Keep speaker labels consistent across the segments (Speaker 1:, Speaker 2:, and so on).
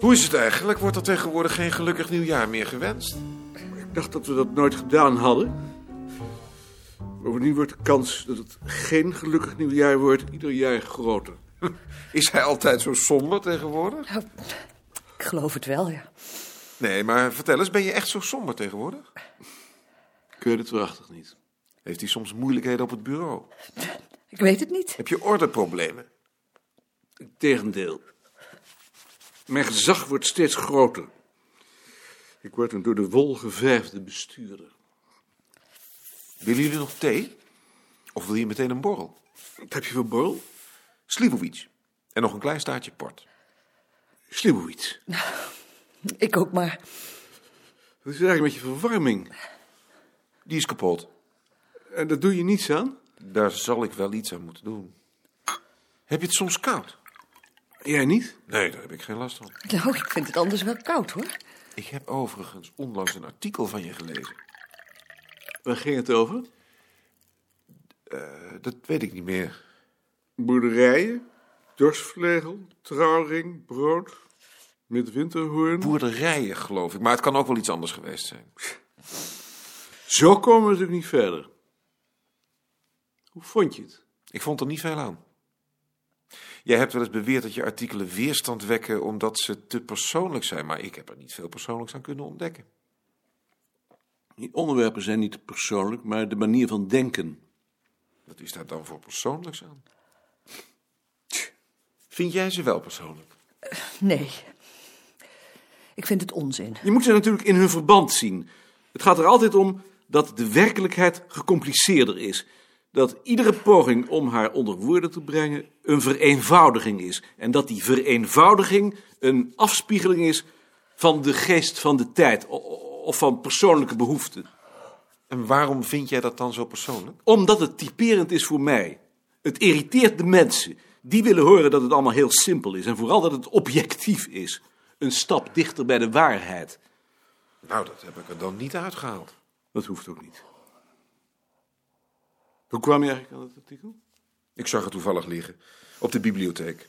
Speaker 1: Hoe is het eigenlijk? Wordt er tegenwoordig geen gelukkig nieuwjaar meer gewenst?
Speaker 2: Ik dacht dat we dat nooit gedaan hadden. Bovendien wordt de kans dat het geen gelukkig nieuwjaar wordt ieder jaar groter.
Speaker 1: Is hij altijd zo somber tegenwoordig?
Speaker 3: Nou, ik geloof het wel, ja.
Speaker 1: Nee, maar vertel eens, ben je echt zo somber tegenwoordig?
Speaker 2: Ik weet het waarachtig niet.
Speaker 1: Heeft hij soms moeilijkheden op het bureau?
Speaker 3: Ik weet het niet.
Speaker 1: Heb je ordeproblemen?
Speaker 2: Tegendeel. Mijn gezag wordt steeds groter. Ik word een door de wol geverfde bestuurder.
Speaker 1: Willen jullie nog thee? Of wil je meteen een borrel?
Speaker 2: Wat heb je voor borrel?
Speaker 1: Slivovic. En nog een klein staartje port.
Speaker 2: Slibowitz.
Speaker 3: Ik ook maar.
Speaker 2: Wat is er eigenlijk met je verwarming?
Speaker 1: Die is kapot.
Speaker 2: En daar doe je niets aan?
Speaker 1: Daar zal ik wel iets aan moeten doen. Heb je het soms koud?
Speaker 2: Jij niet?
Speaker 1: Nee, daar heb ik geen last van.
Speaker 3: Nou, ik vind het anders wel koud, hoor.
Speaker 1: Ik heb overigens onlangs een artikel van je gelezen.
Speaker 2: Waar ging het over?
Speaker 1: Eh, Dat weet ik niet meer.
Speaker 2: Boerderijen, dorsvlegel, trouwring, brood, midwinterhoorn.
Speaker 1: Boerderijen, geloof ik. Maar het kan ook wel iets anders geweest zijn.
Speaker 2: Zo komen we natuurlijk niet verder. Hoe vond je het?
Speaker 1: Ik vond er niet veel aan. Jij hebt wel eens beweerd dat je artikelen weerstand wekken omdat ze te persoonlijk zijn. Maar ik heb er niet veel persoonlijks aan kunnen ontdekken.
Speaker 2: Die onderwerpen zijn niet persoonlijk, maar de manier van denken.
Speaker 1: Wat is daar dan voor persoonlijks aan? Vind jij ze wel persoonlijk?
Speaker 3: Nee. Ik vind het onzin.
Speaker 2: Je moet ze natuurlijk in hun verband zien. Het gaat er altijd om dat de werkelijkheid gecompliceerder is. Dat iedere poging om haar onder woorden te brengen een vereenvoudiging is. En dat die vereenvoudiging een afspiegeling is van de geest van de tijd o- o- of van persoonlijke behoeften.
Speaker 1: En waarom vind jij dat dan zo persoonlijk?
Speaker 2: Omdat het typerend is voor mij. Het irriteert de mensen. Die willen horen dat het allemaal heel simpel is en vooral dat het objectief is. Een stap dichter bij de waarheid.
Speaker 1: Nou, dat heb ik er dan niet uitgehaald.
Speaker 2: Dat hoeft ook niet. Hoe kwam je eigenlijk aan dat artikel?
Speaker 1: Ik zag het toevallig liggen. Op de bibliotheek.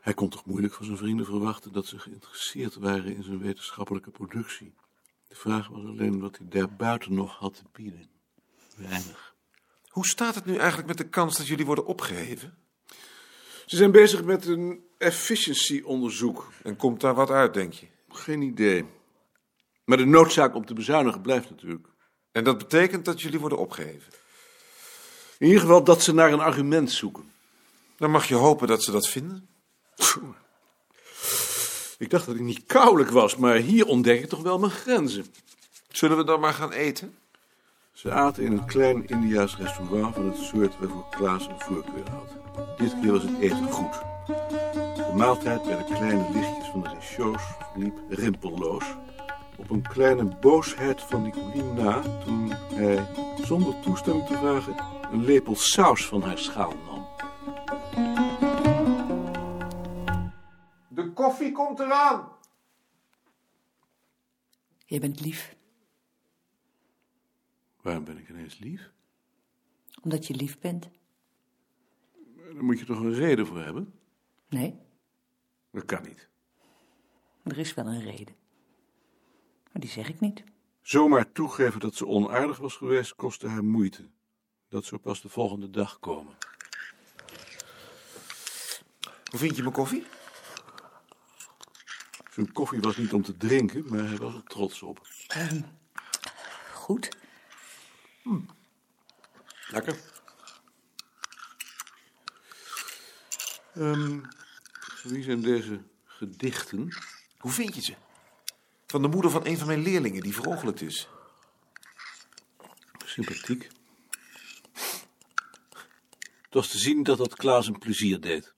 Speaker 2: Hij kon toch moeilijk van zijn vrienden verwachten dat ze geïnteresseerd waren in zijn wetenschappelijke productie. De vraag was alleen wat hij daarbuiten nog had te bieden. Weinig.
Speaker 1: Hoe staat het nu eigenlijk met de kans dat jullie worden opgeheven?
Speaker 2: Ze zijn bezig met een efficiëntieonderzoek.
Speaker 1: En komt daar wat uit, denk je?
Speaker 2: Geen idee. Maar de noodzaak om te bezuinigen blijft natuurlijk.
Speaker 1: En dat betekent dat jullie worden opgeheven.
Speaker 2: In ieder geval dat ze naar een argument zoeken.
Speaker 1: Dan mag je hopen dat ze dat vinden.
Speaker 2: Ik dacht dat ik niet koulijk was, maar hier ontdek ik toch wel mijn grenzen.
Speaker 1: Zullen we dan maar gaan eten?
Speaker 2: Ze aten in een klein Indiaas restaurant van het soort waarvoor Klaas een voorkeur had. Dit keer was het eten goed. De maaltijd bij de kleine lichtjes van de rechauds liep rimpelloos. Op een kleine boosheid van Nicoline na toen hij, zonder toestemming te vragen, een lepel saus van haar schaal nam.
Speaker 1: De koffie komt eraan.
Speaker 3: Je bent lief.
Speaker 2: Waarom ben ik ineens lief?
Speaker 3: Omdat je lief bent.
Speaker 2: Daar moet je toch een reden voor hebben?
Speaker 3: Nee,
Speaker 2: Dat kan niet.
Speaker 3: er is wel een reden. Maar die zeg ik niet.
Speaker 2: Zomaar toegeven dat ze onaardig was geweest, kostte haar moeite. Dat zou pas de volgende dag komen.
Speaker 1: Hoe vind je mijn koffie?
Speaker 2: Zijn koffie was niet om te drinken, maar hij was er trots op.
Speaker 3: Ehm, goed.
Speaker 2: Lekker. wie zijn deze gedichten?
Speaker 1: Hoe vind je ze? Van de moeder van een van mijn leerlingen die verongelukt is.
Speaker 2: Sympathiek. Het was te zien dat dat Klaas een plezier deed.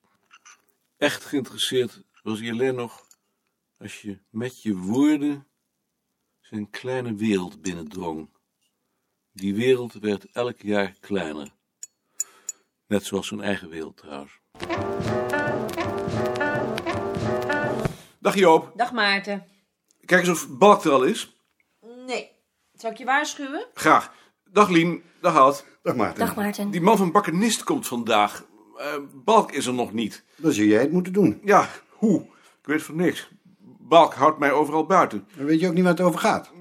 Speaker 2: Echt geïnteresseerd was hij alleen nog als je met je woorden zijn kleine wereld binnendrong. Die wereld werd elk jaar kleiner. Net zoals zijn eigen wereld trouwens. Dag Joop.
Speaker 4: Dag Maarten.
Speaker 2: Kijk eens of Balk er al is.
Speaker 4: Nee. Zal ik je waarschuwen?
Speaker 2: Graag. Dag Lien. Dag Ad.
Speaker 5: Dag Maarten.
Speaker 6: Dag Maarten.
Speaker 2: Die man van Bakkenist komt vandaag. Eh, Balk is er nog niet.
Speaker 5: Dan zul jij het moeten doen.
Speaker 2: Ja, hoe? Ik weet van niks. Balk houdt mij overal buiten.
Speaker 5: Dan weet je ook niet waar het over gaat.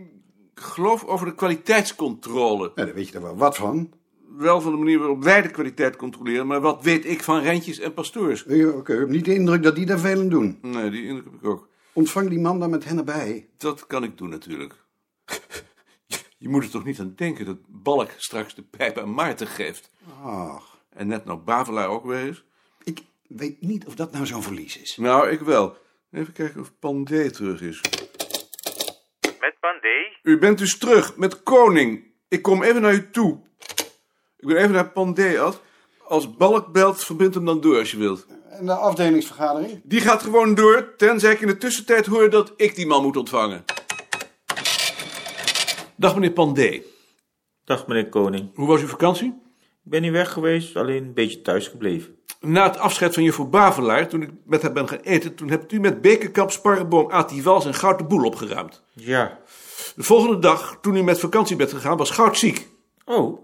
Speaker 2: Ik geloof over de kwaliteitscontrole.
Speaker 5: Nou, daar weet je er wel wat van.
Speaker 2: Wel van de manier waarop wij de kwaliteit controleren, maar wat weet ik van Rentjes en Pasteurs?
Speaker 5: Eh, Oké, ik heb niet de indruk dat die daar veel aan doen.
Speaker 2: Nee, die indruk heb ik ook.
Speaker 5: Ontvang die man dan met hen erbij.
Speaker 2: Dat kan ik doen natuurlijk. Je moet er toch niet aan denken dat Balk straks de pijp aan Maarten geeft.
Speaker 5: Ach,
Speaker 2: En net nou Bavelaar ook weer is.
Speaker 5: ik weet niet of dat nou zo'n verlies is.
Speaker 2: Nou, ik wel. Even kijken of Pandé terug is.
Speaker 6: Met Pandé?
Speaker 2: U bent dus terug met koning. Ik kom even naar u toe. Ik ben even naar Pandé af. Als Balk belt, verbind hem dan door als je wilt.
Speaker 5: En de afdelingsvergadering?
Speaker 2: Die gaat gewoon door, tenzij ik in de tussentijd hoor dat ik die man moet ontvangen. Dag meneer Pandé.
Speaker 6: Dag meneer Koning.
Speaker 2: Hoe was uw vakantie?
Speaker 6: Ik ben niet weg geweest, alleen een beetje thuis gebleven.
Speaker 2: Na het afscheid van juffrouw Bavelaar, toen ik met haar ben gaan eten... toen hebt u met Bekerkamp, Sparrenboom, Ati Wals en Goud de boel opgeruimd.
Speaker 6: Ja.
Speaker 2: De volgende dag, toen u met vakantie bent gegaan, was Goud ziek.
Speaker 6: Oh.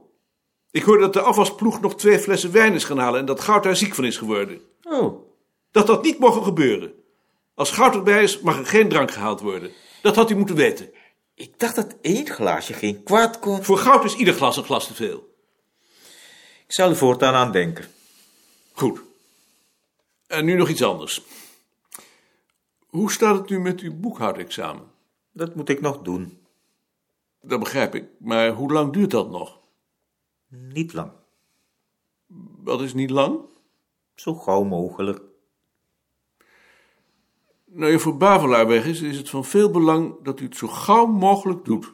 Speaker 2: Ik hoorde dat de afwasploeg nog twee flessen wijn is gaan halen... en dat Goud daar ziek van is geworden.
Speaker 6: Oh.
Speaker 2: Dat dat niet mocht gebeuren. Als Goud erbij is, mag er geen drank gehaald worden. Dat had u moeten weten.
Speaker 6: Ik dacht dat één glaasje geen kwaad kon.
Speaker 2: Voor Goud is ieder glas een glas te veel.
Speaker 6: Ik zal er voortaan aan denken.
Speaker 2: Goed. En nu nog iets anders. Hoe staat het nu met uw boekhoudexamen?
Speaker 6: Dat moet ik nog doen.
Speaker 2: Dat begrijp ik, maar hoe lang duurt dat nog?
Speaker 6: Niet lang.
Speaker 2: Dat is niet lang.
Speaker 6: Zo gauw mogelijk.
Speaker 2: Nou, je voor Bavelaar weg is, is het van veel belang dat u het zo gauw mogelijk doet.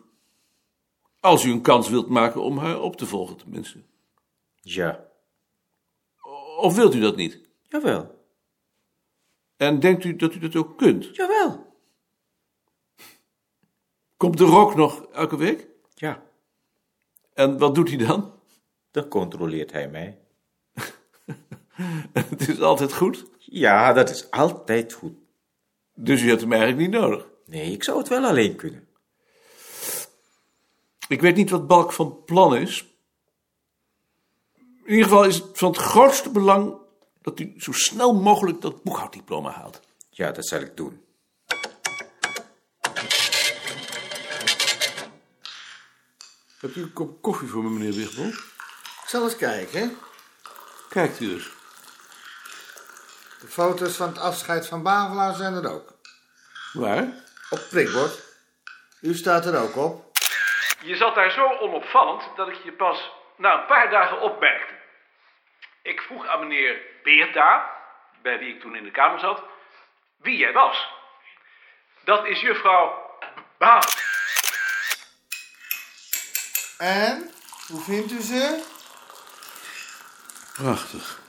Speaker 2: Als u een kans wilt maken om haar op te volgen, tenminste.
Speaker 6: Ja.
Speaker 2: Of wilt u dat niet?
Speaker 6: Jawel.
Speaker 2: En denkt u dat u dat ook kunt?
Speaker 6: Jawel.
Speaker 2: Komt de rok nog elke week?
Speaker 6: Ja.
Speaker 2: En wat doet hij dan?
Speaker 6: Dan controleert hij mij.
Speaker 2: het is altijd goed.
Speaker 6: Ja, dat is altijd goed.
Speaker 2: Dus u hebt hem eigenlijk niet nodig.
Speaker 6: Nee, ik zou het wel alleen kunnen.
Speaker 2: Ik weet niet wat Balk van plan is. In ieder geval is het van het grootste belang dat u zo snel mogelijk dat boekhouddiploma haalt.
Speaker 6: Ja, dat zal ik doen.
Speaker 2: Hebt u een kop koffie voor me, meneer Wichtbol?
Speaker 7: Ik zal eens kijken.
Speaker 2: Kijkt u eens.
Speaker 7: De foto's van het afscheid van Bavelaar zijn er ook.
Speaker 2: Waar?
Speaker 7: Op het prikbord. U staat er ook op.
Speaker 8: Je zat daar zo onopvallend dat ik je pas na een paar dagen opmerkte. Ik vroeg aan meneer Beerta, bij wie ik toen in de kamer zat, wie jij was. Dat is juffrouw Baal.
Speaker 7: En? Hoe vindt u ze?
Speaker 2: Prachtig.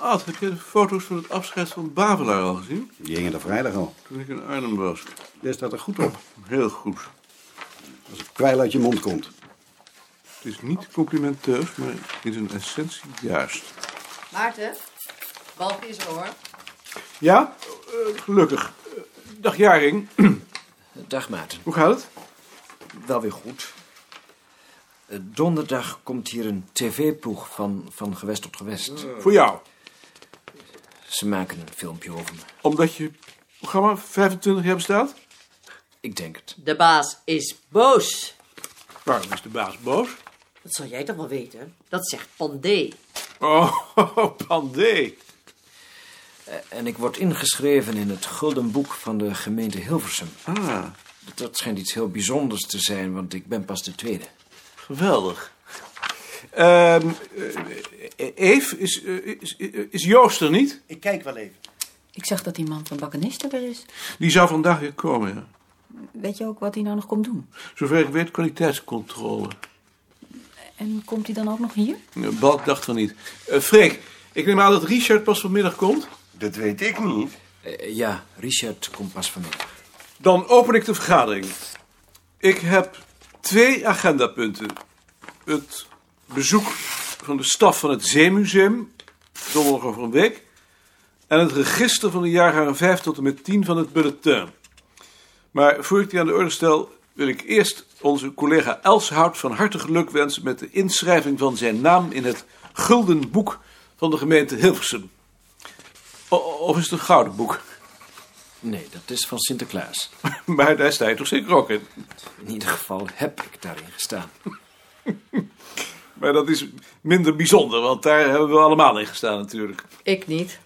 Speaker 2: Ad, heb je de eh, foto's van het afscheid van Bavelaar al gezien?
Speaker 5: Die hingen er vrijdag al.
Speaker 2: Toen ik in Arnhem was.
Speaker 5: Daar staat er goed op.
Speaker 2: Heel goed.
Speaker 5: Als het kwijl uit je mond komt.
Speaker 2: Het is niet complimenteus, maar in zijn essentie juist.
Speaker 4: Maarten, Balk is er hoor.
Speaker 2: Ja? gelukkig. Eh, dag Jaring.
Speaker 9: Dag Maarten,
Speaker 2: Hoe gaat het?
Speaker 9: wel weer goed. Eh, Donderdag komt hier een tv-ploeg van, van gewest tot gewest.
Speaker 2: Voor jou.
Speaker 9: Ze maken een filmpje over me.
Speaker 2: Omdat je programma 25 jaar bestaat?
Speaker 9: Ik denk het.
Speaker 10: De baas is boos.
Speaker 2: Waarom is de baas boos?
Speaker 10: Dat zal jij toch wel weten? Dat zegt Pandé.
Speaker 2: Oh, pandé.
Speaker 9: En ik word ingeschreven in het Gulden Boek van de gemeente Hilversum.
Speaker 2: Ah,
Speaker 9: Dat schijnt iets heel bijzonders te zijn, want ik ben pas de tweede.
Speaker 2: geweldig. Ehm Eve, is, eh, is, is Joost er niet?
Speaker 7: Ik kijk wel even.
Speaker 11: Ik zag dat die man van Bakkenisten er is.
Speaker 2: Die zou vandaag weer komen, ja.
Speaker 11: Weet je ook wat hij nou nog komt doen?
Speaker 2: Zover ik weet, kwaliteitscontrole.
Speaker 11: En komt hij dan ook nog hier?
Speaker 2: Eh, Balk dacht van niet. Eh Freek, ik neem aan dat Richard pas vanmiddag komt.
Speaker 7: Dat weet ik niet.
Speaker 9: Eh, ja, Richard komt pas vanmiddag.
Speaker 2: Dan open ik de vergadering. Ik heb twee agendapunten. Het bezoek van de staf van het Zeemuseum, donderdag over een week. En het register van de jaargangen 5 tot en met 10 van het bulletin. Maar voor ik die aan de orde stel, wil ik eerst onze collega Elshout van harte geluk wensen met de inschrijving van zijn naam in het gulden boek van de gemeente Hilversum. O- of is het een gouden boek?
Speaker 6: Nee, dat is van Sinterklaas.
Speaker 2: Maar daar sta je toch zeker ook in?
Speaker 6: In ieder geval heb ik daarin gestaan.
Speaker 2: Maar dat is minder bijzonder, want daar hebben we allemaal in gestaan natuurlijk.
Speaker 4: Ik niet.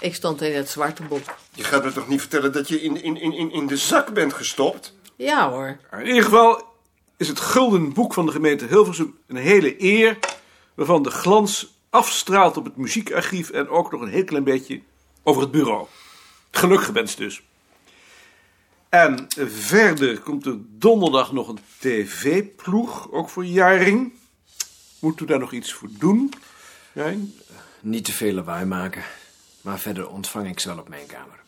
Speaker 4: Ik stond in het zwarte boek.
Speaker 9: Je gaat me toch niet vertellen dat je in, in, in, in de zak bent gestopt?
Speaker 4: Ja hoor.
Speaker 2: In ieder geval is het gulden boek van de gemeente Hilversum een hele eer... waarvan de glans afstraalt op het muziekarchief... en ook nog een heel klein beetje over het bureau. Geluk gewenst dus. En verder komt er donderdag nog een tv-ploeg, ook voor Jaring. Moeten we daar nog iets voor doen? Jaring?
Speaker 6: Niet te veel lawaai maken. Maar verder ontvang ik ze wel op mijn kamer.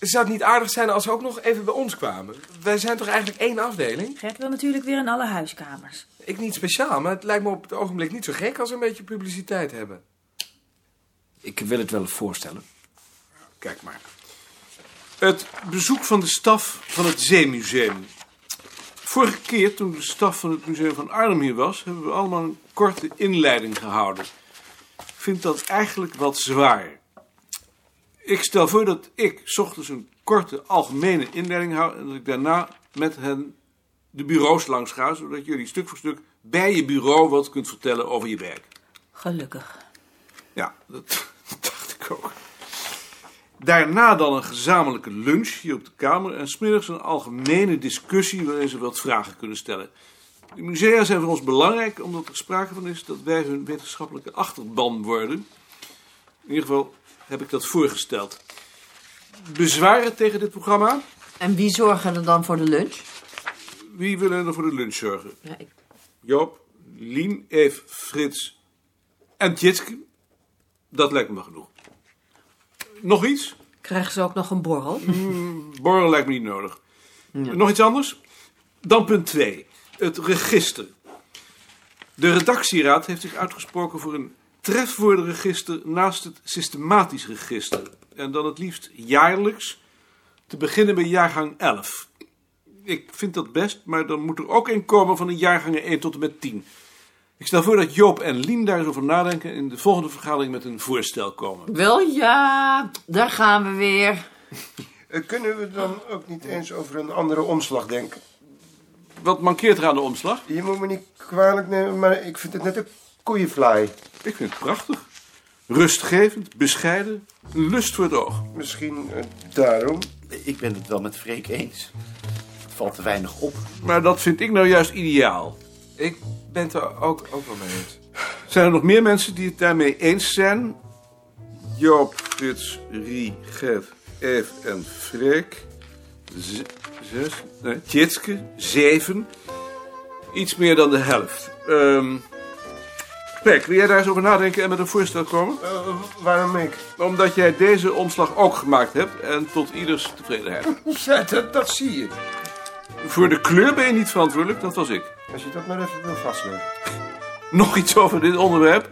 Speaker 1: Zou het niet aardig zijn als ze ook nog even bij ons kwamen? Wij zijn toch eigenlijk één afdeling?
Speaker 3: Gert wil natuurlijk weer in alle huiskamers.
Speaker 1: Ik niet speciaal, maar het lijkt me op het ogenblik niet zo gek als we een beetje publiciteit hebben.
Speaker 6: Ik wil het wel voorstellen.
Speaker 2: Kijk maar. Het bezoek van de staf van het Zeemuseum. Vorige keer, toen de staf van het Museum van Arnhem hier was, hebben we allemaal een korte inleiding gehouden. Ik vind dat eigenlijk wat zwaar. Ik stel voor dat ik 's ochtends een korte algemene inleiding hou en dat ik daarna met hen de bureaus langs ga, zodat jullie stuk voor stuk bij je bureau wat kunt vertellen over je werk.
Speaker 12: Gelukkig.
Speaker 2: Ja, dat dacht ik ook. Daarna dan een gezamenlijke lunch hier op de Kamer en smiddags een algemene discussie waarin ze wat vragen kunnen stellen. De musea zijn voor ons belangrijk omdat er sprake van is dat wij hun wetenschappelijke achterban worden. In ieder geval heb ik dat voorgesteld. Bezwaren tegen dit programma?
Speaker 4: En wie zorgen er dan voor de lunch?
Speaker 2: Wie willen er voor de lunch zorgen?
Speaker 4: Ja, ik...
Speaker 2: Joop, Lien, Eef, Frits en Tjitske. Dat lijkt me wel genoeg. Nog iets?
Speaker 4: Krijgen ze ook nog een borrel?
Speaker 2: Borrel lijkt me niet nodig. Nog iets anders? Dan punt 2. Het register. De redactieraad heeft zich uitgesproken voor een trefwoordenregister naast het systematisch register. En dan het liefst jaarlijks, te beginnen bij jaargang 11. Ik vind dat best, maar dan moet er ook een komen van de jaargangen 1 tot en met 10. Ik stel voor dat Joop en Lien daar eens over nadenken en in de volgende vergadering met een voorstel komen.
Speaker 13: Wel ja, daar gaan we weer.
Speaker 9: Eh, Kunnen we dan ook niet eens over een andere omslag denken?
Speaker 2: Wat mankeert er aan de omslag?
Speaker 9: Je moet me niet kwalijk nemen, maar ik vind het net een koeienvlaai.
Speaker 2: Ik vind het prachtig. Rustgevend, bescheiden, een lust voor het oog.
Speaker 9: Misschien
Speaker 2: eh,
Speaker 9: daarom.
Speaker 14: Ik ben het wel met Freek eens. Het valt te weinig op.
Speaker 2: Maar dat vind ik nou juist ideaal.
Speaker 1: Ik ben het er ook, ook wel mee eens.
Speaker 2: Zijn er nog meer mensen die het daarmee eens zijn? Joop, Frits, Rie, Gert, Eef en Freek. Z- zes? Nee, Tjitske, zeven. Iets meer dan de helft. Ehm Pek, wil jij daar eens over nadenken en met een voorstel komen?
Speaker 9: Eh, waarom ik?
Speaker 2: Omdat jij deze omslag ook gemaakt hebt en tot ieders tevredenheid.
Speaker 9: Ja, dat, dat zie je.
Speaker 2: Voor de kleur ben je niet verantwoordelijk, dat was ik.
Speaker 9: Als je dat maar even wil vastleggen.
Speaker 2: Nog iets over dit onderwerp?